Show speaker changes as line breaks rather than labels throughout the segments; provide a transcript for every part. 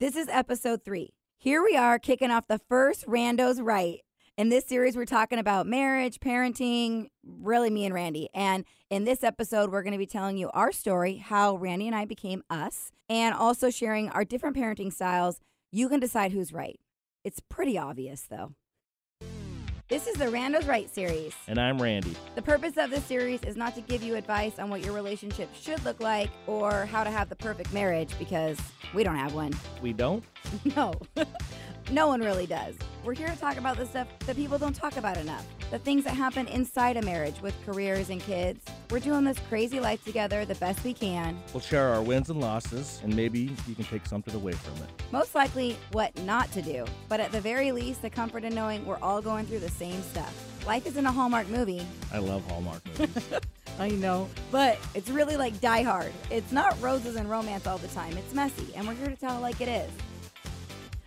This is episode three. Here we are kicking off the first Randos Right. In this series, we're talking about marriage, parenting, really me and Randy. And in this episode, we're going to be telling you our story, how Randy and I became us, and also sharing our different parenting styles. You can decide who's right. It's pretty obvious, though. This is the Randos Right series.
And I'm Randy.
The purpose of this series is not to give you advice on what your relationship should look like or how to have the perfect marriage because we don't have one.
We don't?
No. no one really does. We're here to talk about the stuff that people don't talk about enough. The things that happen inside a marriage with careers and kids. We're doing this crazy life together the best we can.
We'll share our wins and losses, and maybe you can take something away from it.
Most likely, what not to do. But at the very least, the comfort in knowing we're all going through the same stuff. Life isn't a Hallmark movie.
I love Hallmark movies.
I know. But it's really like Die Hard. It's not roses and romance all the time. It's messy, and we're here to tell it like it is.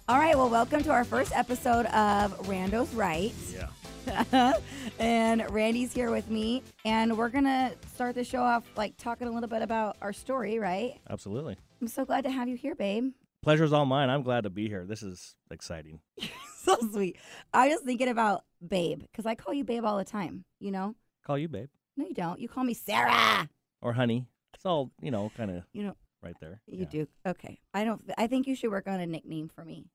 All right, well, welcome to our first episode of Rando's Right.
yeah.
and Randy's here with me, and we're gonna start the show off like talking a little bit about our story, right?
Absolutely.
I'm so glad to have you here, babe.
Pleasure's all mine. I'm glad to be here. This is exciting.
so sweet. I was thinking about babe because I call you babe all the time. You know?
Call you babe.
No, you don't. You call me Sarah.
Or honey. It's all, you know, kind of
You know?
right there.
You
Yeah.
do. Okay. I don't. I think you should work on a nickname for me,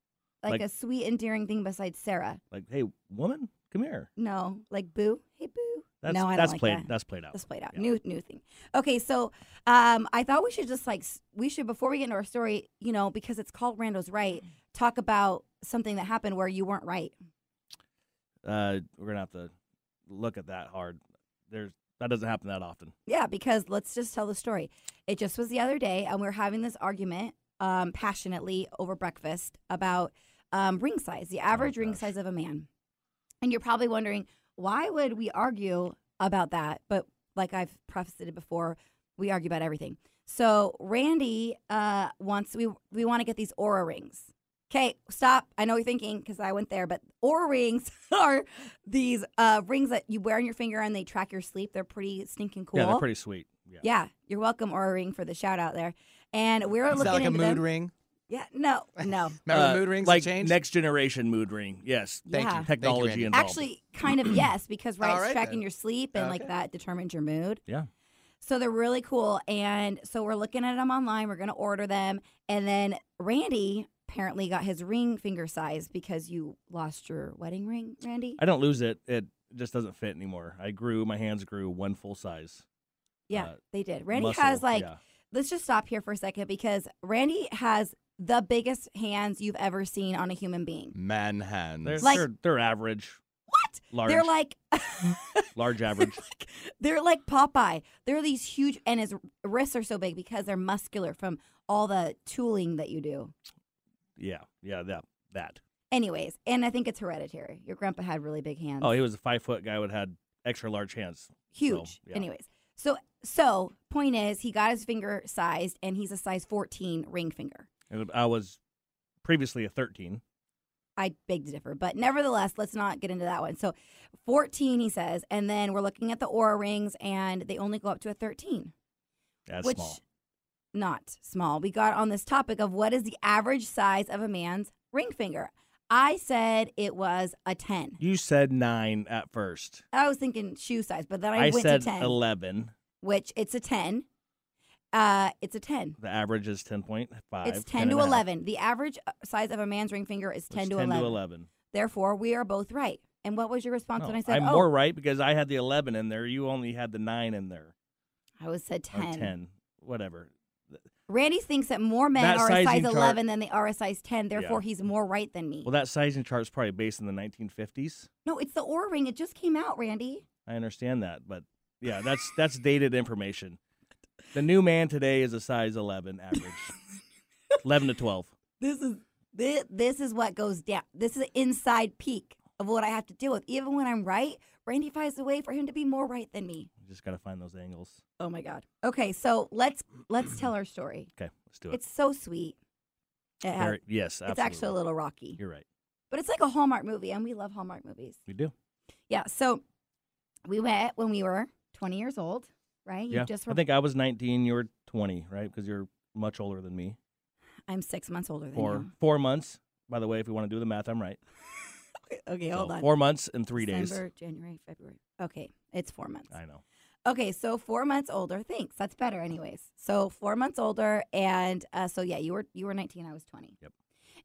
like,
Like-
a sweet, endearing thing besides Sarah.
Like, hey, woman, come here.
No, like Boo. Hey, Boo.
That's,
no, I don't
that's
like
played.
that.
That's played out.
Let's play it out.
Yeah.
New new thing. Okay, so um, I thought we should just like s- we should before we get into our story, you know, because it's called Rando's Right.
Mm-hmm.
Talk about something that happened where you weren't right.
Uh, we're gonna have to look at that hard. There's that doesn't happen that often.
Yeah, because let's just tell the story. It just was the other day, and we were having this argument um, passionately over breakfast about um, ring size, the average ring
Oh gosh.
size of a man. And you're probably wondering why would we argue about that? But like I've prefaced it before, we argue about everything. So Randy uh, wants we we want to get these aura rings. Okay, stop. I know you're thinking because I went there, but aura rings are these uh, rings that you wear on your finger and they track your sleep. They're pretty stinking cool.
Yeah, they're pretty sweet. Yeah.
Yeah, you're welcome, Aura Ring, for the shout out there. And we were
Is
looking
that like a
into
mood
them.
ring?
Yeah, no, no.
Remember
Uh,
the mood rings
like
change?
next generation mood ring. Yes.
Thank
yeah.
you.
Technology
Randy.
involved.
Actually, kind of yes, because right,
All
it's
right
tracking
then.
your sleep and like
Okay.
that determines your mood.
Yeah.
So they're really cool, and so we're looking at them online. We're gonna order them, and then Randy apparently got his ring finger size because you lost your wedding ring, Randy.
I don't lose it. It just doesn't fit anymore. I grew, my hands grew one full size.
yeah,
uh,
they did. Randy
Muscle,
has like
yeah.
let's just stop here for a second because Randy has the biggest hands you've ever seen on a human being.
man hands.
they're,
like-
they're, they're average.
What?
Large,
They're like
large average.
they're like Popeye. They're these huge, and his wrists are so big because they're muscular from all the tooling that you do.
yeah, yeah, that that.
Anyways, and I think it's hereditary. Your grandpa had really big hands.
Oh, he was a five foot guy would had extra large hands.
huge.
yeah.
Anyways, so so point is, he got his finger sized, and he's a size fourteen ring finger.
And I was previously a thirteen.
I beg to differ, but nevertheless, let's not get into that one. So, fourteen, he says, and then we're looking at the aura rings, and they only go up to a thirteen.
That's
which
small.
not small. We got on this topic of what is the average size of a man's ring finger. I said it was a 10.
You said nine at first.
I was thinking shoe size, but then I, went
said
to 10,
eleven.
which it's a 10. Uh, it's a 10.
The average is ten point five.
It's 10 to 11. The average uh, size of a man's ring finger is 10 to 11.
to eleven.
Therefore, we are both right. And what was your response
No,
when I said,
I'm
oh,
more right because I had the eleven in there. You only had the nine in there.
I was said
Or
10.
ten. Whatever.
Randy thinks that more men
That
are a size
sizing chart-
11 than they are a size 10. Therefore, he's more right than me.
Well, that sizing chart's probably based in the 1950s.
no, it's the aura ring. It just came out, Randy.
I understand that, but yeah, that's that's dated information. The new man today is a size 11 average, 11 to 12.
this is this, this is what goes down. This is an inside peak of what I have to deal with. Even when I'm right, Randy finds a way for him to be more right than me.
You just gotta find those angles.
Oh my god. Okay, so let's let's tell our story.
Okay, let's do it.
It's so sweet. It has,
Very- yes,
it's
absolutely.
actually a little rocky,
You're right.
but it's like a Hallmark movie, and we love Hallmark movies.
We do.
Yeah. So we went when we were 20 years old, right? You
yeah.
just
I
were.
think I was 19. You were 20, right? Because you're much older than me.
I'm six months older than
Four
you.
four months. By the way, if we want to do the math, I'm right.
Okay,
So
hold on.
Four months and three days.
December, January, February. Okay, it's four months.
I know.
Okay, so four months older. Thanks. That's better, anyways. So four months older, and uh, so yeah, you were you were nineteen. I was twenty.
Yep.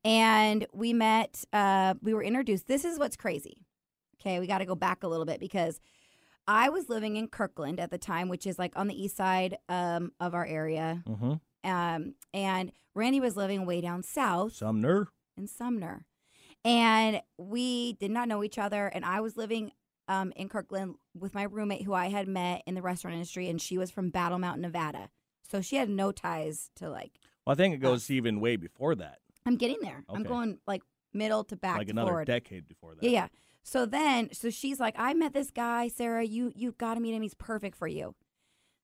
And we met. Uh, we were introduced. This is what's crazy. Okay, we got to go back a little bit because I was living in Kirkland at the time, which is like on the east side um, of our area,
Mm-hmm.
um, and Randy was living way down south
Sumner.
in Sumner. And we did not know each other. And I was living um, in Kirkland with my roommate who I had met in the restaurant industry, and she was from Battle Mountain, Nevada. So she had no ties to like,
Well, I think it goes even way before that,
I'm getting there. I'm
Okay.
going like middle to back
like
to
another
forward.
decade before that.
Yeah, yeah. So then, so she's like, I met this guy, Sarah. You you got to meet him. He's perfect for you.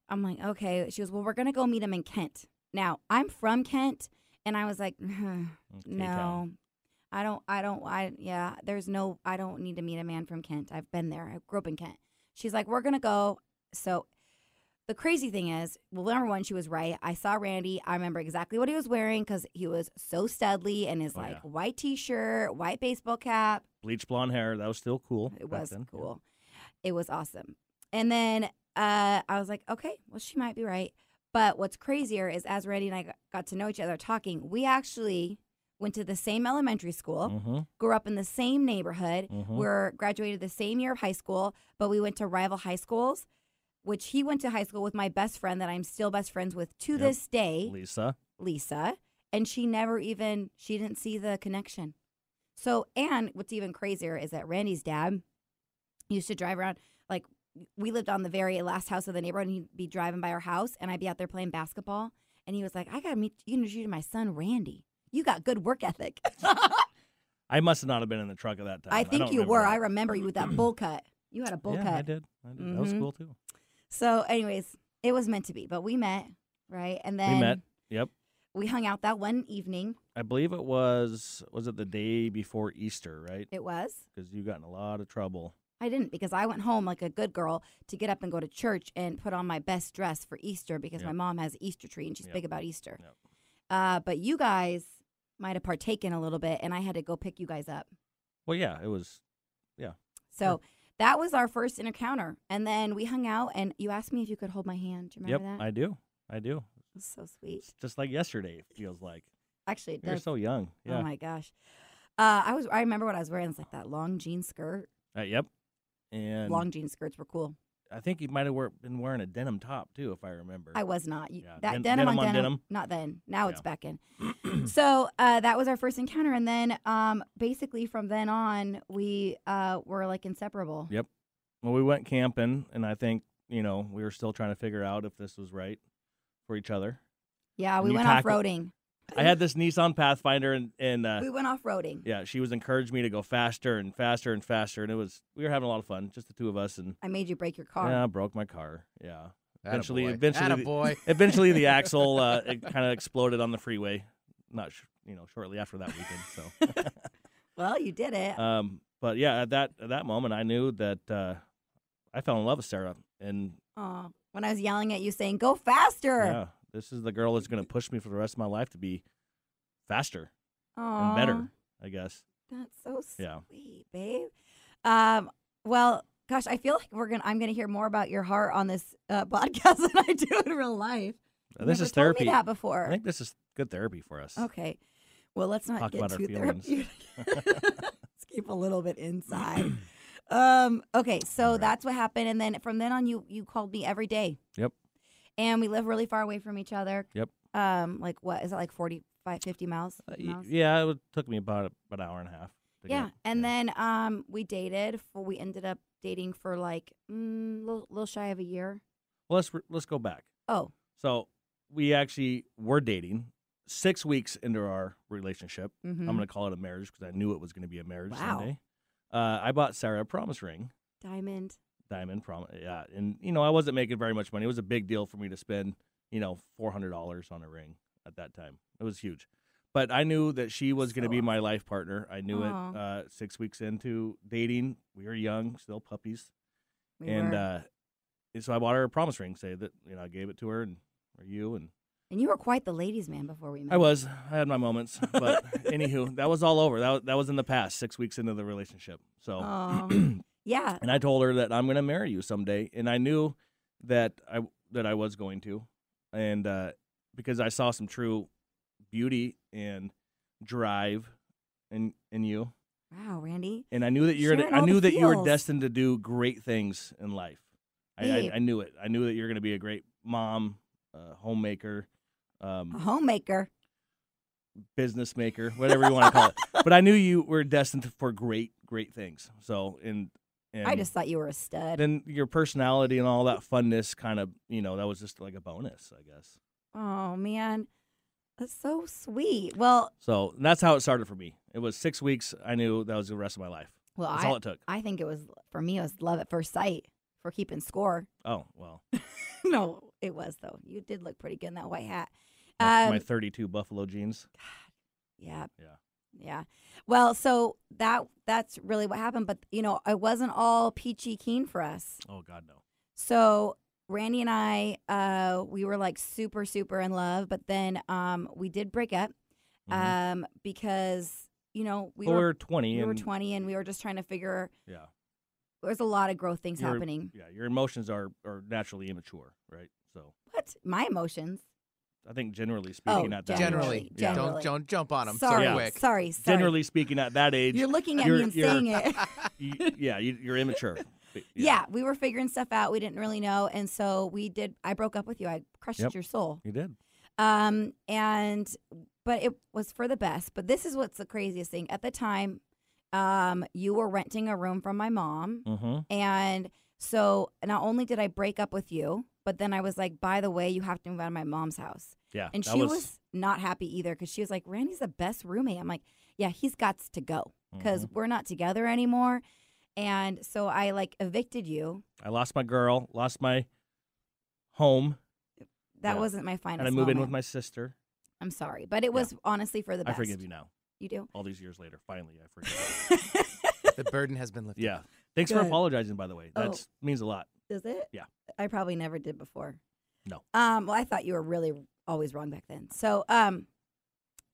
I'm like, okay. She goes, well, we're gonna go meet him in Kent. Now I'm from Kent, and I was like,
Okay, town.
No, I don't. I don't. I yeah. There's no. I don't need to meet a man from Kent. I've been there. I grew up in Kent. She's like, we're gonna go. So, the crazy thing is, well, number one, she was right. I saw Randy. I remember exactly what he was wearing because he was so studly and his
Oh,
like
yeah.
white t-shirt, white baseball cap.
Bleach blonde hair. That was still cool.
It
back
was
then. Yeah.
cool. It was awesome. And then uh, I was like, okay, well, she might be right. But what's crazier is as Randy and I g- got to know each other talking, we actually went to the same elementary school,
Mhm,
grew up in the same neighborhood,
mhm.
were graduated the same year of high school, but we went to rival high schools, which he went to high school with my best friend that I'm still best friends with to
Yep.
this day,
Lisa.
Lisa, and she never even she didn't see the connection. So, and what's even crazier is that Randy's dad used to drive around like we lived on the very last house of the neighborhood, and he'd be driving by our house, and I'd be out there playing basketball, and he was like, "I gotta meet you introduce you to my son, Randy. You got good work ethic."
I must have not have been in the truck at that time.
I think
don't
you were. I
that.
remember you with that bowl cut. You had a bowl
yeah,
cut.
I did. I did. That was
Mhm.
cool too.
So, anyways, it was meant to be, but we met, right? And then
met. Yep.
we hung out that one evening.
I believe it was was it the day before Easter, right?
It was.
Because you got in a lot of trouble.
I didn't because I went home like a good girl to get up and go to church and put on my best dress for Easter because my
Yep.
mom has an Easter tree and she's
Yep.
big about Easter.
Yep.
Uh, but you guys might have partaken a little bit, and I had to go pick you guys up.
Well, yeah, it was.
So that was our first encounter, and then we hung out, and you asked me if you could hold my hand. Do you remember
yep,
that?
I do. I do.
it was so sweet.
It's just like yesterday. It feels like
Actually, it
you're
does.
so young.
Oh
Yeah.
my gosh. Uh, I was. I remember what I was wearing. It's like that long jean skirt.
Uh, yep. And
long jean skirts were cool.
I think you might have wear, been wearing a denim top too, if I remember.
I was not. You-
Yeah,
That
den-
denim,
denim
on
on
denim,
denim.
Not then. Now it's
Yeah.
back in. so uh, that was our first encounter, and then um, basically from then on, we uh, were like inseparable.
Yeah. well, we went camping, and I think you know we were still trying to figure out if this was right for each other.
Yeah,
And
we
you
went off
tackle-
roading.
I had this Nissan Pathfinder, and and uh,
We went off roading.
yeah, she was encouraging me to go faster and faster and faster, and it was we were having a lot of fun, just the two of us, and
I made you break your car.
yeah, I broke my car. Yeah, Eventually-
Attaboy.
eventually the-
Attaboy.
eventually the axle uh, it kind of exploded on the freeway. Not sh- you know shortly after that weekend, so.
Well, you did it.
Um, but yeah, at that at that moment, I knew that uh, I fell in love with Sarah, and
Aw. when I was yelling at you, saying "Go faster!"
yeah, this is the girl that's going to push me for the rest of my life to be faster
Aw.
and better. I guess.
That's so sweet,
Yeah.
babe. Um, well, gosh, I feel like we're gonna. I'm gonna hear more about your heart on this uh, podcast than I do in real life.
Uh,
You
this
never
is
told
therapy.
Me that before.
I think this is good therapy for us.
Okay. Well, let's not
Talk
get
about our
too
feelings.
therapeutic. let's keep a little bit inside. um. Okay. So
All right.
that's what happened, and then from then on, you you called me every day.
Yep.
And we live really far away from each other.
Yep.
Um. Like what is it? Like 45, 50 miles.
Uh, y-
miles?
yeah, it would- took me about about an hour and a half. To
Yeah,
Get,
and then um, we dated. For, we ended up dating for like mm, little, little shy of a year.
well, let's re- let's go back.
Oh,
So we actually were dating six weeks into our relationship.
mm-hmm.
I'm going to call it a marriage because I knew it was going to be a marriage
Wow.
someday. Uh, I bought Sarah a promise ring.
Mm-hmm. diamond.
diamond prom yeah and you know i wasn't making very much money it was a big deal for me to spend you know $400 on a ring at that time it was huge but i knew that she was going to
So
be my life partner i knew
Aw.
it uh, six weeks into dating we were young still puppies
We
and
were-
uh and so i bought her a promise ring say that you know i gave it to her and or you and
And you were quite the ladies' man before we met.
I was. I had my moments, but anywho, that was all over. That was, that was in the past, six weeks into the relationship. So,
Um, yeah.
and I told her that I'm going to marry you someday, and I knew that I that I was going to, and uh, because I saw some true beauty and drive in in you,
Wow, Randy.
and I knew that you're.
Sharing
Gonna, I
all the
knew that you were
feels.
destined to do great things in life. I,
Babe.
I, I knew it. I knew that you're going to be a great mom, uh, homemaker, um,
A homemaker.
business maker, whatever you want to call it. But I knew you were destined for great, great things. So, and, and
I just thought you were a stud.
then your personality and all that funness kind of, you know, that was just like a bonus, I guess.
Oh man, that's so sweet. Well,
So and that's how it started for me. It was six weeks. I knew that was the rest of my life.
well,
That's
I
all it took.
I think it was for me. It was love at first sight for keeping score.
Oh, well,
no, it was though. You did look pretty good in that white hat.
my-
Um,
my 32 Buffalo jeans.
yeah.
Yeah.
Yeah. Well, so that that's really what happened. But you know, it wasn't all peachy keen for us.
Oh, God, no.
So Randy and I, uh, we were like super, super in love, but then um, we did break up
Mhm.
um, because you know we
Well,
were
we were 20.
we
and,
were 20 and we were just trying to figure.
Yeah.
There's a lot of growth things
You're-
happening.
Yeah. Your emotions are, are naturally immature, right? So
What my emotions?
I think generally speaking at that age-
Oh, Generally,
Generally,
Yeah.
generally.
Don't don't jump on them
sorry,
Yeah.
so quick.
sorry, sorry.
Generally speaking at that age,
you're looking at
you're-
me and
you're-
saying it.
you, yeah, you, you're immature. But,
yeah. we were figuring stuff out. We didn't really know, and so we did. I broke up with you. I crushed
Yep.
your soul.
you did.
Um, and but it was for the best. But this is what's the craziest thing. At the time, um, you were renting a room from my mom,
Mm-hmm.
and so not only did I break up with you, but then I was like, by the way, you have to move out of my mom's house.
Yeah,
And
that
she was, not happy either because she was like, Randy's the best roommate. I'm like, yeah, he's got to go because
mhm.
we're not together anymore. And so I like evicted you.
I lost my girl, lost my home,
That
Yeah.
wasn't my
and
final.
I move in with my sister.
I'm sorry, but it was honestly for the
I
best.
forgive you now.
You do.
All these years later, finally, I forgive.
the burden has been lifted.
yeah. Thanks for
Good.
apologizing, by the way.
Oh.
That means a lot.
Does it?
Yeah.
I probably never did before.
No.
Um, well, I thought you were really always wrong back then. So, um,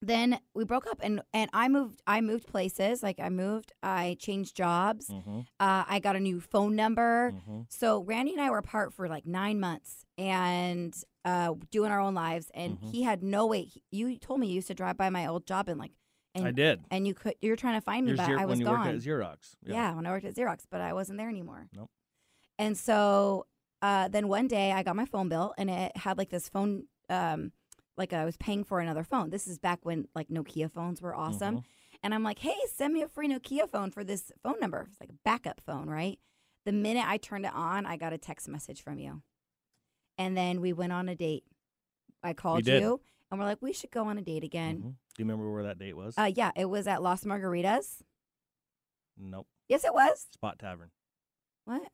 then we broke up, and and I moved. I moved places. Like I moved. I changed jobs.
Mm-hmm.
Uh, I got a new phone number.
Mm-hmm.
So Randy and I were apart for like nine months and uh, doing our own lives. And
Mhm.
he had no way. He, you told me you used to drive by my old job and like, and
I did.
and you could. You're trying to find me,
Your
but
Xer-
I was
when you
gone.
worked at Xerox.
Yeah. when I worked at Xerox, but I wasn't there anymore.
Nope.
And so uh, then one day I got my phone bill and it had like this phone, um, like I was paying for another phone. This is back when like Nokia phones were awesome.
Mhm.
And I'm like, hey, send me a free Nokia phone for this phone number. It's like a backup phone, right? The minute I turned it on, I got a text message from you. And then we went on a date. I called
did.
you and we're like, we should go on a date again.
Mhm. Do you remember where that date was?
Uh, yeah, it was at Las Margaritas.
nope.
Yes, it was.
Spot Tavern.
What?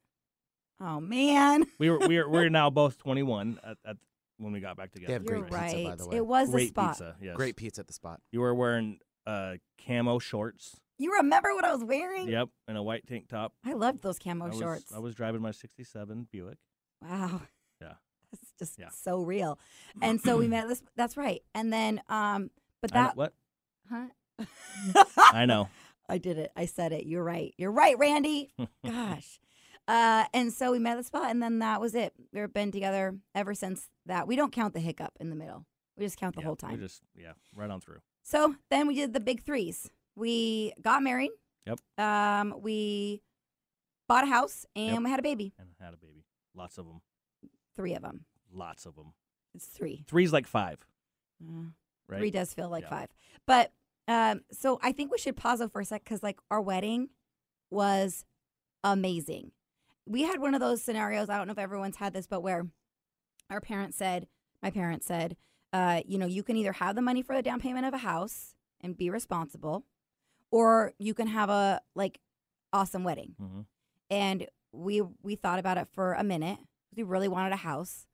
Oh man,
We were we were we're now both 21 at, at when we got back together.
They have
you're
great pizza, by
right.
the way.
It was
great
a spot.
pizza. Yes.
Great pizza at the spot.
You were wearing uh camo shorts.
You remember what I was wearing?
Yep, and a white tank top.
I loved those
I
camo
was,
shorts.
I was driving my '67 Buick.
wow.
Yeah.
That's just
Yeah.
so real. And so we met. This. That's right. And then, um, but
I know-
that.
what?
huh?
I know.
I did it. I said it. You're right. You're right, Randy. Gosh. Uh, and so we met at the spot, and then that was it. We've been together ever since that. We don't count the hiccup in the middle. We just count the
Yeah,
whole time.
We just yeah, right on through.
So then we did the big threes. We got married.
Yep.
Um, we bought a house and
Yep.
we had a baby.
And had a baby. Lots of them.
Three of them.
Lots of them.
It's three.
Three's like five,
Uh,
right?
Three does feel like
Yeah.
five. But um, so I think we should pause though for a sec because like our wedding was amazing. We had one of those scenarios. I don't know if everyone's had this, but where our parents said, my parents said, uh, you know, you can either have the money for the down payment of a house and be responsible, or you can have a like awesome wedding.
Mhm.
And we we thought about it for a minute. We really wanted a house,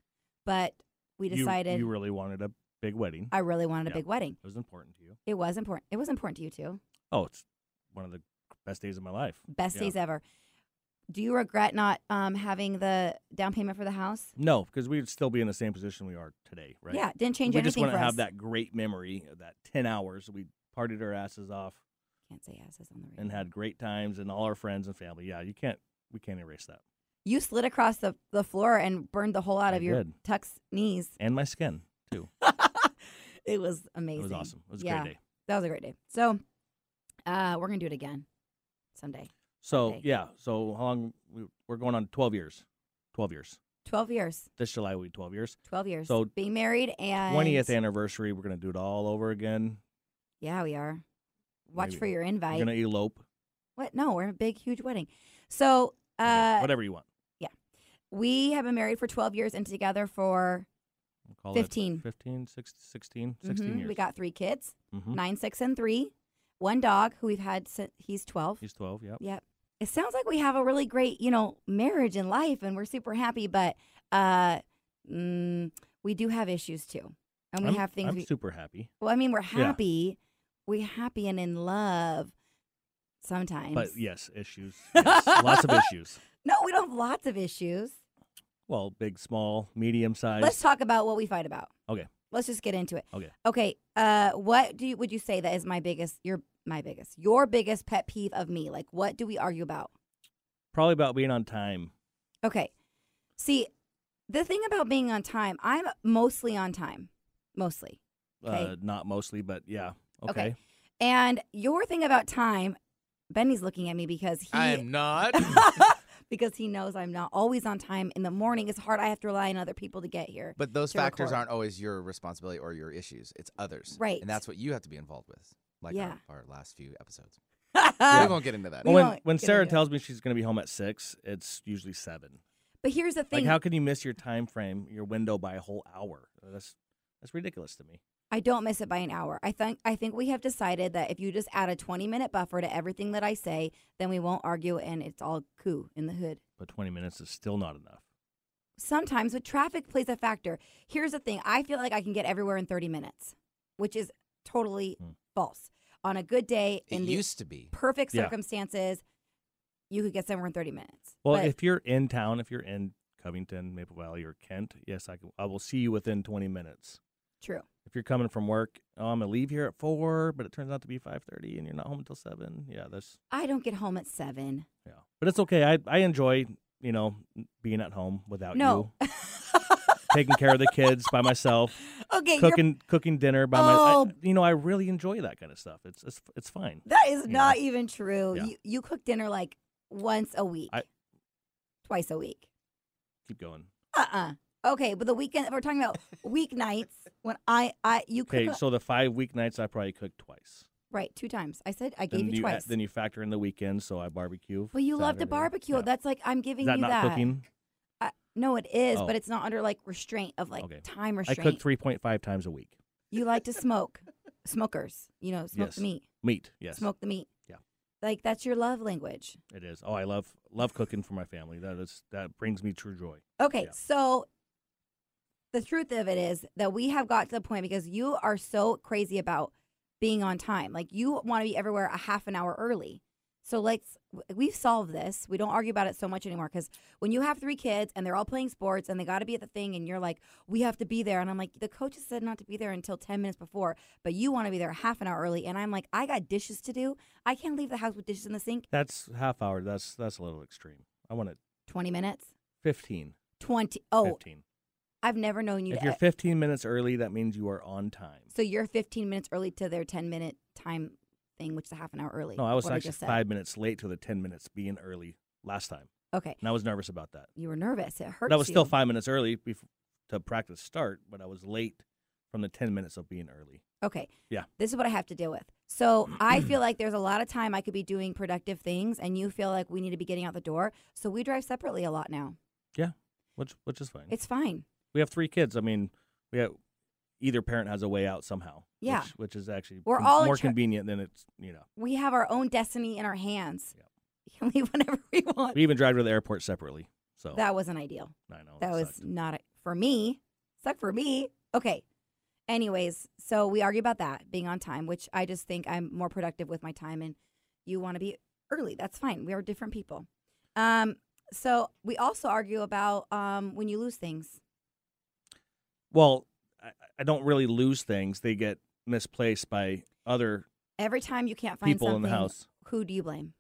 but we
You-
decided
you, really wanted a big wedding.
I really wanted a
Yeah.
big wedding.
it was important to you.
It was important. It was important to you too.
Oh, it's one of the best days of my life.
Best
Yeah.
days ever. Do you regret not um, having the down payment for the house?
No, because we'd still be in the same position we are today, right?
Yeah, didn't change
we just
anything
wouldn't
for
have
us.
that great memory of that 10 hours. We partied our asses off
Can't say asses on the radio.
and had great times and all our friends and family. Yeah, you can't, we can't erase that.
you slid across the, the floor and burned the hole out
I
of your
did.
tuck's knees.
And my skin.
it was amazing.
It was awesome. It was a
Yeah.
great day.
That was a great day. So, uh, we're gonna do it again someday.
So,
Okay.
yeah. So, how long? We, we're going on 12 years. 12 years.
Twelve years.
This July will be 12 years.
Twelve years.
So,
being married and
20th anniversary. We're going to do it all over again.
Yeah, we are. Watch
Maybe.
for your invite.
We're going to elope.
What? No, we're in a big, huge wedding. So
Okay,
uh,
Whatever you want.
we have been married for 12 years and together for
We'll call
15.
It 15, 16, 16, 16
Mhm,
years.
we got three kids,
hmm
nine, six, and three. One dog who we've had since he's 12.
He's 12. Yep.
Yep. It sounds like we have a really great, you know, marriage and life, and we're super happy. But uh, mm, we do have issues too, and we
I'm,
have things.
I'm
we,
super happy.
well, I mean, we're
Yeah.
happy, we're happy and in love sometimes.
But yes, issues. Yes, lots of issues.
No, we don't have lots of issues.
Well, big, small, medium
Let's
sized.
talk about what we fight about.
Okay.
Let's just get into it.
Okay.
Okay. Uh, what do you would you say that is my biggest your my biggest your biggest pet peeve of me? Like, what do we argue about?
Probably about being on time.
Okay. See, the thing about being on time, I'm mostly on time, mostly. Okay.
Uh, not mostly, but yeah. Okay.
Okay. And your thing about time, Benny's looking at me because he
I am not.
because he knows I'm not always on time. In the morning, it's hard. I have to rely on other people to get here.
But those
To
factors
record.
aren't always your responsibility or your issues. It's others.
Right.
And that's what you have to be involved with, like
Yeah. Uh,
our, our last few episodes. We
Yeah.
won't get into that.
We
Well, when
won't
when
get
Sarah
into it.
tells me she's going to be home at six, it's usually seven.
But here's the thing:
Like, how can you miss your time frame, your window by a whole hour? Uh, That's that's ridiculous to me.
I don't miss it by an hour. I think I think we have decided that if you just add a 20 minute buffer to everything that I say, then we won't argue and it's all cool in the hood.
But twenty minutes is still not enough.
Sometimes, but traffic plays a factor. Here's the thing: I feel like I can get everywhere in 30 minutes, which is totally
Hmm.
false. On a good day,
It
in the
used to be.
perfect
Yeah.
circumstances, you could get somewhere in 30 minutes.
Well,
But-
if you're in town, if you're in Covington, Maple Valley, or Kent, yes, I can, I will see you within twenty minutes.
true.
If you're coming from work, oh, I'm gonna leave here at four, but it turns out to be five thirty, and you're not home until seven. Yeah, that's
I don't get home at seven.
yeah, but it's okay. I I enjoy you know being at home without
No.
you, taking care of the kids by myself.
okay, you're
cooking cooking dinner by my
Oh.
I, you know I really enjoy that kind of stuff. It's it's it's fine.
That is
You
not even true.
Yeah.
You you cook dinner like once a week,
I-
twice a week.
Keep going.
Uh uh Okay, but the weekend if we're talking about weeknights when I I you cook
Okay,
a-
so the five weeknights I probably cook twice.
right two times. I said I gave
then
you,
add-
twice.
then you factor in uh, the weekends, so I barbecue.
but you love to
Saturday.
barbecue.
Yeah.
That's like I'm
Is
giving
that
you
not
that.
cooking?
I, no, it is,
Oh.
but it's not under like restraint of like
Okay.
time
I
restraint.
cook three point five times a week.
you like to smoke, smokers. You know, smoke
Yes.
the meat,
Meat, yes,
smoke the meat.
Yeah.
like that's your love language.
it is. Oh, I love love cooking for my family. That is that brings me true joy.
Okay,
Yeah.
so the truth of it is that we have got to the point because you are so crazy about being on time. Like you want to be everywhere a half an hour early. So let's we've solved this. We don't argue about it so much anymore cuz when you have 3 kids and they're all playing sports and they got to be at the thing and you're like, "We have to be there." And I'm like, "The coaches said not to be there until 10 minutes before, but you want to be there a half an hour early." And I'm like, "I got dishes to do. I can't leave the house with dishes in the sink."
That's half hour. That's that's a little extreme. I want it
20 minutes.
15.
20. Oh,
15.
I've never known you
If
to
you're 15 minutes early, that means you are on time.
So you're 15 minutes early to their 10 minute time thing, which is a half an hour early.
No, I was
what
actually
just said.
five minutes late to the 10 minutes being early last time.
Okay,
And I was nervous about that.
you were nervous. It hurts.
But I was still
you.
five minutes early bef- to practice start, but I was late from the 10 minutes of being early.
Okay.
Yeah.
This is what I have to deal with. So I feel like there's a lot of time I could be doing productive things, and you feel like we need to be getting out the door. So we drive separately a lot now.
Which, which is fine.
It's fine.
we have three kids. I mean, we have, either parent has a way out somehow.
Yeah.
Which, which is actually
We're
con-
all in
more
char-
convenient than it's, you know.
We have our own destiny in our hands. We can leave whenever we want.
We even drive to the airport separately. So
That wasn't ideal.
I know.
that
it
was
sucked.
not a, for me. Suck for me. Okay. Anyways, so we argue about that being on time, which I just think I'm more productive with my time, and you want to be early. That's fine. We are different people. Um, so we also argue about um, when you lose things.
Well, I, I don't really lose things. They get misplaced by other
Every time you can't find
people in
something,
the house.
who do you blame?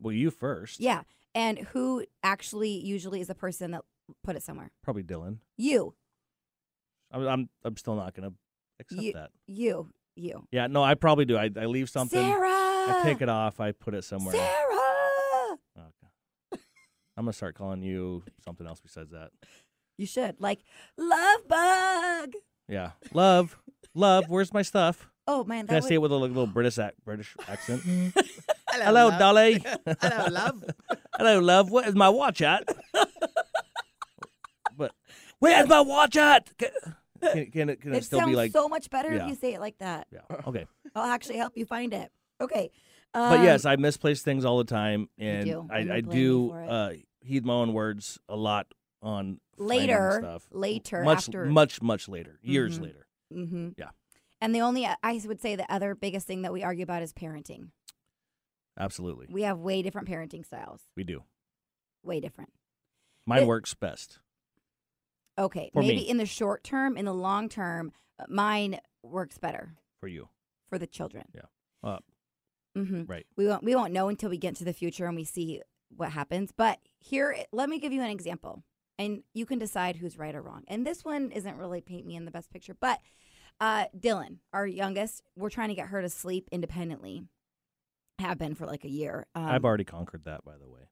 Well, you first.
Yeah. And who actually usually is the person that put it somewhere?
Probably Dylan.
You,
I'm I'm, I'm still not gonna accept
You-
that.
you, you.
Yeah, no, I probably do. I, I leave something.
Sarah.
I take it off. I put it somewhere. else.
Sarah.
Oh, okay. I'm gonna start calling you something else besides that.
You should like love bug.
Yeah, love, love. Where's my stuff?
Oh man,
Can I
that
say
would,
it with a little British ac- British accent?
Hello,
Hello,
love.
Dolly.
Hello, love.
Hello, love. Where's my watch at? but where's my watch at? Can can, can it, can it
it
still
sounds
be like?
so much better
Yeah.
if you say it like that.
yeah. Okay.
I'll actually help you find it. Okay.
But
um,
yes, I misplace things all the time, and
do,
I,
and you
I
blame me
do
for it.
uh, heed my own words a lot on finding
Later,
stuff.
later,
much
after-
much much later, years
Mhm.
later.
Mm-hmm.
Yeah.
And the only uh, I would say the other biggest thing that we argue about is parenting.
Absolutely,
We have way different parenting styles.
we do.
Way different.
Mine
It-
works best.
Okay,
For
maybe
me.
in the short term, in the long term, uh, mine works better
for you.
for the children.
Yeah. Uh,
hmm
right.
We won't we won't know until we get into the future and we see what happens. But here, let me give you an example, and you can decide who's right or wrong. And this one isn't really paint me in the best picture, but uh, Dylan, our youngest, we're trying to get her to sleep independently. Have been for like a year. Um,
I've already conquered that, by the way.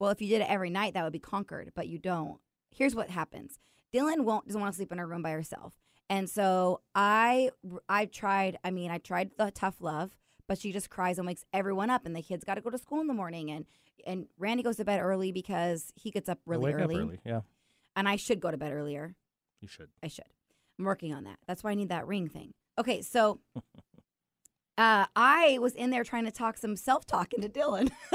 Well, if you did it every night, that would be conquered, but you don't. Here's what happens. Dylan won't doesn't want to sleep in her room by herself. And so I I tried, I mean, I tried the tough love, but she just cries and wakes everyone up and the kids got to go to school in the morning and and Randy goes to bed early because he gets up
I
really
wake
early,
Up early. Yeah,
and I should go to bed earlier.
you should.
I should. I'm working on that. That's why I need that ring thing. Okay, so uh, I was in there trying to talk some self talk into Dylan.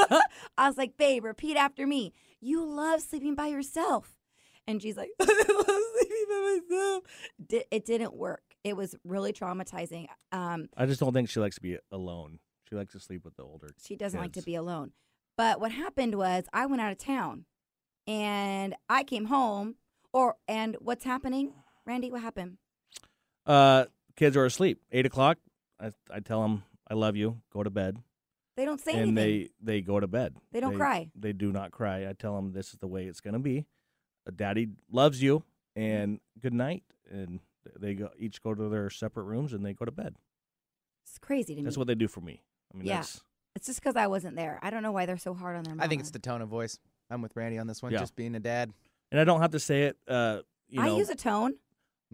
I was like, babe, repeat after me. You love sleeping by yourself. And she's like, I love sleeping by myself. Di- it didn't work. It was really traumatizing. Um,
I just don't think she likes to be alone. She likes to sleep with the older.
she doesn't like to
Kids.
be alone. But what happened was I went out of town and I came home. Or and what's happening? Randy, what happened?
Uh, kids are asleep. Eight o'clock. I I tell them I love you. Go to bed.
They don't say anything.
and they they go to bed.
They don't cry.
They do not cry. I tell them this is the way it's gonna be. Uh, Daddy loves you.
Mm-hmm.
And good night. And they go each go to their separate rooms and they go to bed.
It's crazy to me.
That's what they do for me. I mean,
Yeah.
that's
It's just because I wasn't there. I don't know why they're so hard on their mom.
I think it's the tone of voice. I'm with Randy on this one.
Yeah.
Just being a dad.
and I don't have to say it. Uh, you know,
I use a tone.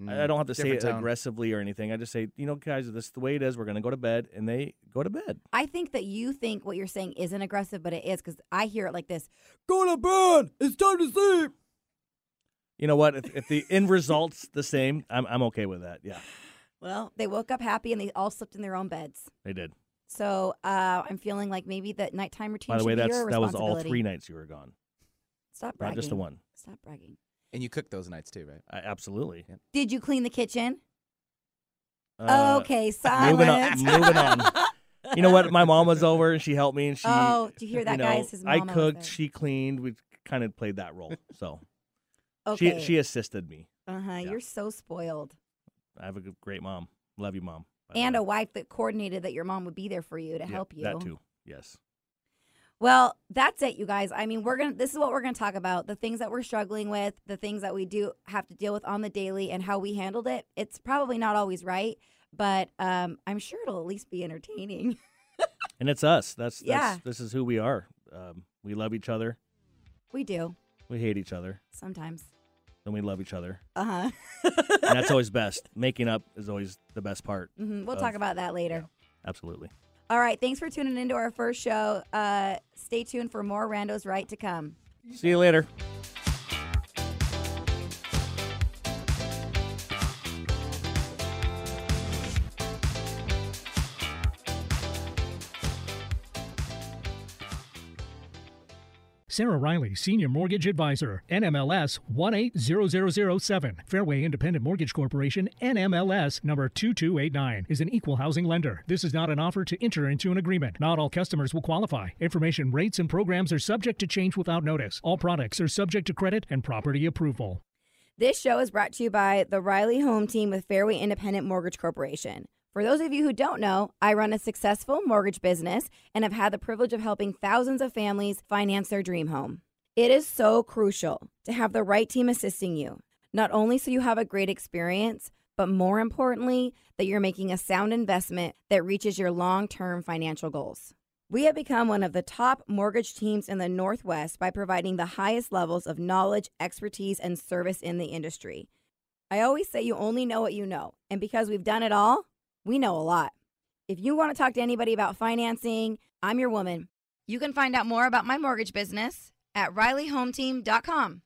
I I don't have to say it
Mm, Different tone.
aggressively or anything. I just say, you know, guys, this is the way it is. We're gonna go to bed, and they go to bed.
I think that you think what you're saying isn't aggressive, but it is because I hear it like this: "Go to bed. It's time to sleep."
You know what? If, if the end results the same, I'm I'm okay with that. Yeah,
Well, they woke up happy and they all slept in their own beds.
they did.
So uh, I'm feeling like maybe that nighttime routine.
By the
should
way,
be
that's
your
that was all
responsibility.
three nights you were gone,
Stop
not
bragging.
just the one.
Stop bragging.
And you cook those nights too, right?
I, absolutely.
Did you clean the kitchen?
Uh,
okay,
moving on-
silence.
moving on. You know what? My mom was over and she helped me and she.
oh, do you hear that,
you know,
guys? His
I
mama was
cooked.
there.
She cleaned. We kind of played that role. So
okay.
she she assisted me.
uh huh. You're so spoiled.
I have a good- great mom. Love you, mom. by the
and a
way.
wife that coordinated that your mom would be there for you to
Yeah,
help you.
That too. Yes.
Well, that's it, you guys. I mean, we're gonna. This is what we're gonna talk about: the things that we're struggling with, the things that we do have to deal with on the daily, and how we handled it. It's probably not always right, but um, I'm sure it'll at least be entertaining.
And it's us. That's, that's
Yeah.
This is who we are. Um, we love each other.
we do
We hate each other.
sometimes.
Then we love each other.
Uh huh.
And that's always best. Making up is always the best part.
hmm We'll
Of-
talk about that later.
Absolutely.
All right. Thanks for tuning into our first show. Uh, stay tuned for more randos right to come.
See you later.
Sarah Riley, Senior Mortgage Advisor, NMLS 180007. Fairway Independent Mortgage Corporation, NMLS number 2289, is an equal housing lender. This is not an offer to enter into an agreement. Not all customers will qualify. Information, rates, and programs are subject to change without notice. All products are subject to credit and property approval.
This show is brought to you by the Riley Home Team with Fairway Independent Mortgage Corporation. For those of you who don't know, I run a successful mortgage business and have had the privilege of helping thousands of families finance their dream home. It is so crucial to have the right team assisting you, not only so you have a great experience, but more importantly, that you're making a sound investment that reaches your long term financial goals. We have become one of the top mortgage teams in the Northwest by providing the highest levels of knowledge, expertise, and service in the industry. I always say you only know what you know, and because we've done it all, we know a lot. If you want to talk to anybody about financing, I'm your woman. You can find out more about my mortgage business at rileyhometeam.com.